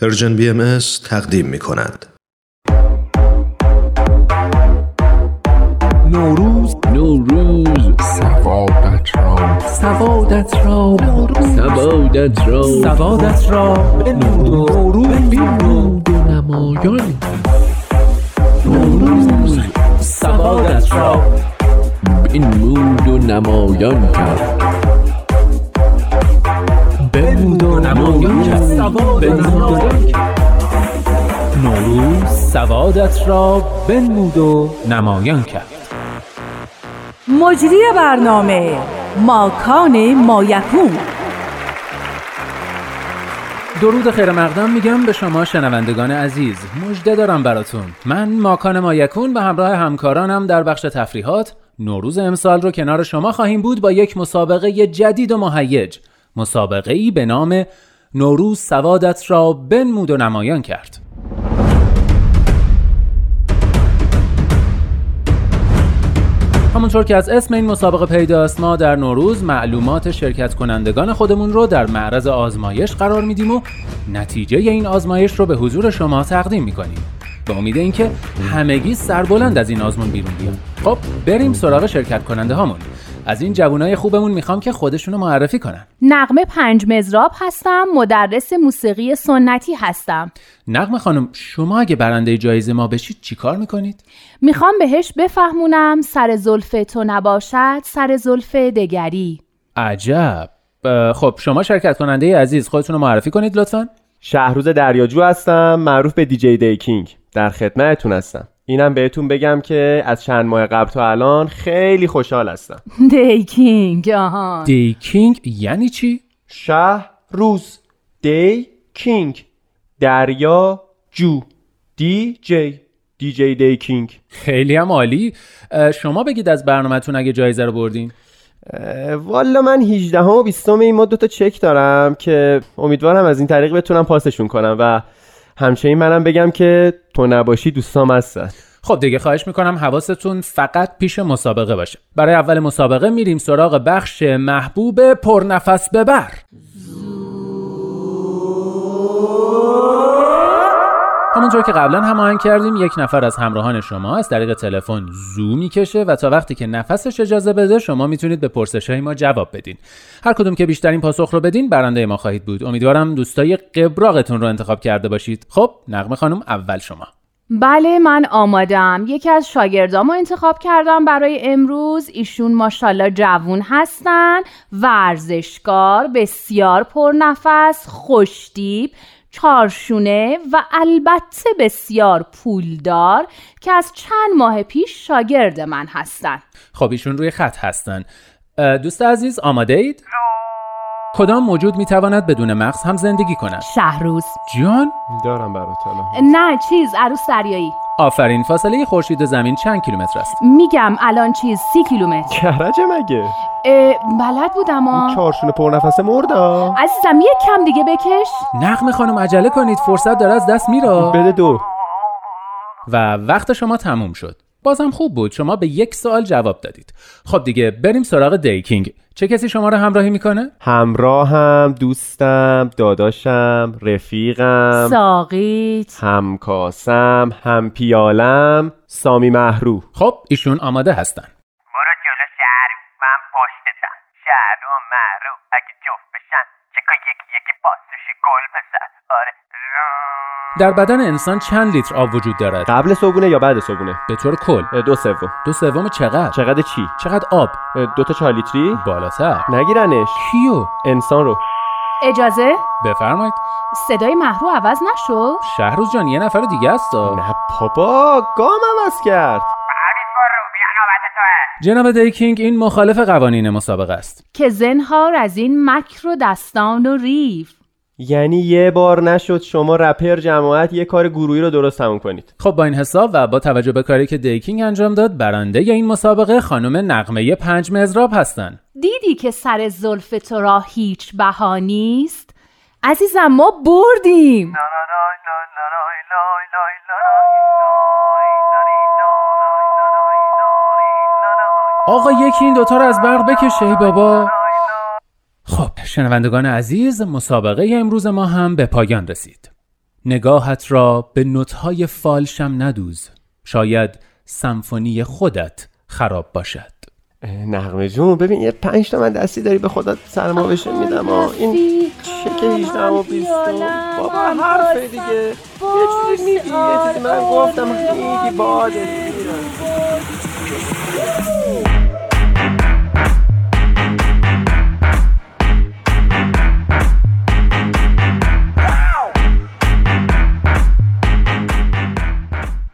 پرژن بی ام تقدیم می کند. نوروز نوروز سوادت را سوادت را سوادت را سوادت را به نوروز نورود و نمایان نوروز سوادت را این مود و نمایان کرد بنمود و نمایان کرد سوادت بنمود و نوروز سوادت را بنمود و نمایان کرد مجری برنامه ماکان مایکون درود خیر مقدم میگم به شما شنوندگان عزیز مژده دارم براتون من ماکان مایکون به همراه همکارانم در بخش تفریحات نوروز امسال رو کنار شما خواهیم بود با یک مسابقه جدید و مهیج مسابقه ای به نام نوروز سوادت را بنمود و نمایان کرد همونطور که از اسم این مسابقه پیداست ما در نوروز معلومات شرکت کنندگان خودمون رو در معرض آزمایش قرار میدیم و نتیجه این آزمایش رو به حضور شما تقدیم میکنیم به امید اینکه همگی سربلند از این آزمون بیرون بیان خب بریم سراغ شرکت کننده هامون از این جوانای خوبمون میخوام که خودشون رو معرفی کنن نقمه پنج مزراب هستم مدرس موسیقی سنتی هستم نقم خانم شما اگه برنده جایزه ما بشید چیکار میکنید میخوام بهش بفهمونم سر زلف تو نباشد سر زلف دگری عجب اه، خب شما شرکت کننده عزیز خودتون رو معرفی کنید لطفاً شهروز دریاجو هستم معروف به دیجی دیکینگ در خدمتتون هستم اینم بهتون بگم که از چند ماه قبل تا الان خیلی خوشحال هستم دیکینگ آهان دیکینگ یعنی چی شهروز دی کینگ دریا جو دی جی دی جی دی کینگ خیلی هم عالی اه، شما بگید از برنامهتون اگه جایزه رو بردین اه، والا من 18 و 20 این ما دوتا چک دارم که امیدوارم از این طریق بتونم پاسشون کنم و همچنین منم بگم که تو نباشی دوستام هستن خب دیگه خواهش میکنم حواستون فقط پیش مسابقه باشه برای اول مسابقه میریم سراغ بخش محبوب پرنفس ببر همونطور که قبلا هماهنگ کردیم یک نفر از همراهان شما از طریق تلفن زو میکشه و تا وقتی که نفسش اجازه بده شما میتونید به پرسش ما جواب بدین هر کدوم که بیشترین پاسخ رو بدین برنده ما خواهید بود امیدوارم دوستای قبراغتون رو انتخاب کرده باشید خب نقمه خانم اول شما بله من آمادم یکی از شاگردامو انتخاب کردم برای امروز ایشون ماشاءالله جوون هستن ورزشکار بسیار پرنفس خوشتیب چارشونه و البته بسیار پولدار که از چند ماه پیش شاگرد من هستن خب ایشون روی خط هستن اه، دوست عزیز آماده اید؟ کدام موجود میتواند بدون مغز هم زندگی کند؟ شهروز جان؟ دارم برات الان. نه چیز عروس دریایی آفرین فاصله خورشید و زمین چند کیلومتر است؟ میگم الان چیز سی کیلومتر کرجه مگه اه، بلد بودم آ چارشون پر نفسه مردا عزیزم یک کم دیگه بکش نقم خانم عجله کنید فرصت داره از دست میره بده دو و وقت شما تموم شد بازم خوب بود شما به یک سوال جواب دادید خب دیگه بریم سراغ دیکینگ چه کسی شما را همراهی میکنه؟ همراهم دوستم داداشم رفیقم ساقیت همکاسم همپیالم سامی محرو خب ایشون آماده هستن برو جلو شهرو من پشتتم شهرو و محرو اگه جفت بشن چکا یکی یکی پاسوش گل بزن آره در بدن انسان چند لیتر آب وجود دارد؟ قبل صبونه یا بعد صبونه به طور کل اه، دو سوم دو سوم چقدر؟ چقدر چی چقدر آب؟ اه، دو تا چهار لیتری بالاتر نگیرنش کیو؟ انسان رو اجازه بفرمایید صدای محرو عوض نشد شهروز جان یه نفر دیگه است نه بابا گام عوض کرد همین برو بیا نوبت توه جناب دیکینگ این مخالف قوانین مسابقه است که زنهار از این مکر و دستان و ریف یعنی یه بار نشد شما رپر جماعت یه کار گروهی رو درست تموم کنید خب با این حساب و با توجه به کاری که دیکینگ انجام داد برنده ی این مسابقه خانم نقمه پنج مزراب هستند دیدی که سر زلف تو را هیچ بها نیست عزیزم ما بردیم آقا یکی این دوتا رو از برق بکشه ای بابا خب شنوندگان عزیز مسابقه امروز ما هم به پایان رسید نگاهت را به نوتهای فالشم ندوز شاید سمفونی خودت خراب باشد نقمه جون ببین یه پنج تا من دستی داری به خدا سرما بشه میدم آه. این چک 18 و 20 بابا حرف دیگه یه چیزی میگی یه چیزی من گفتم میگی باده میرم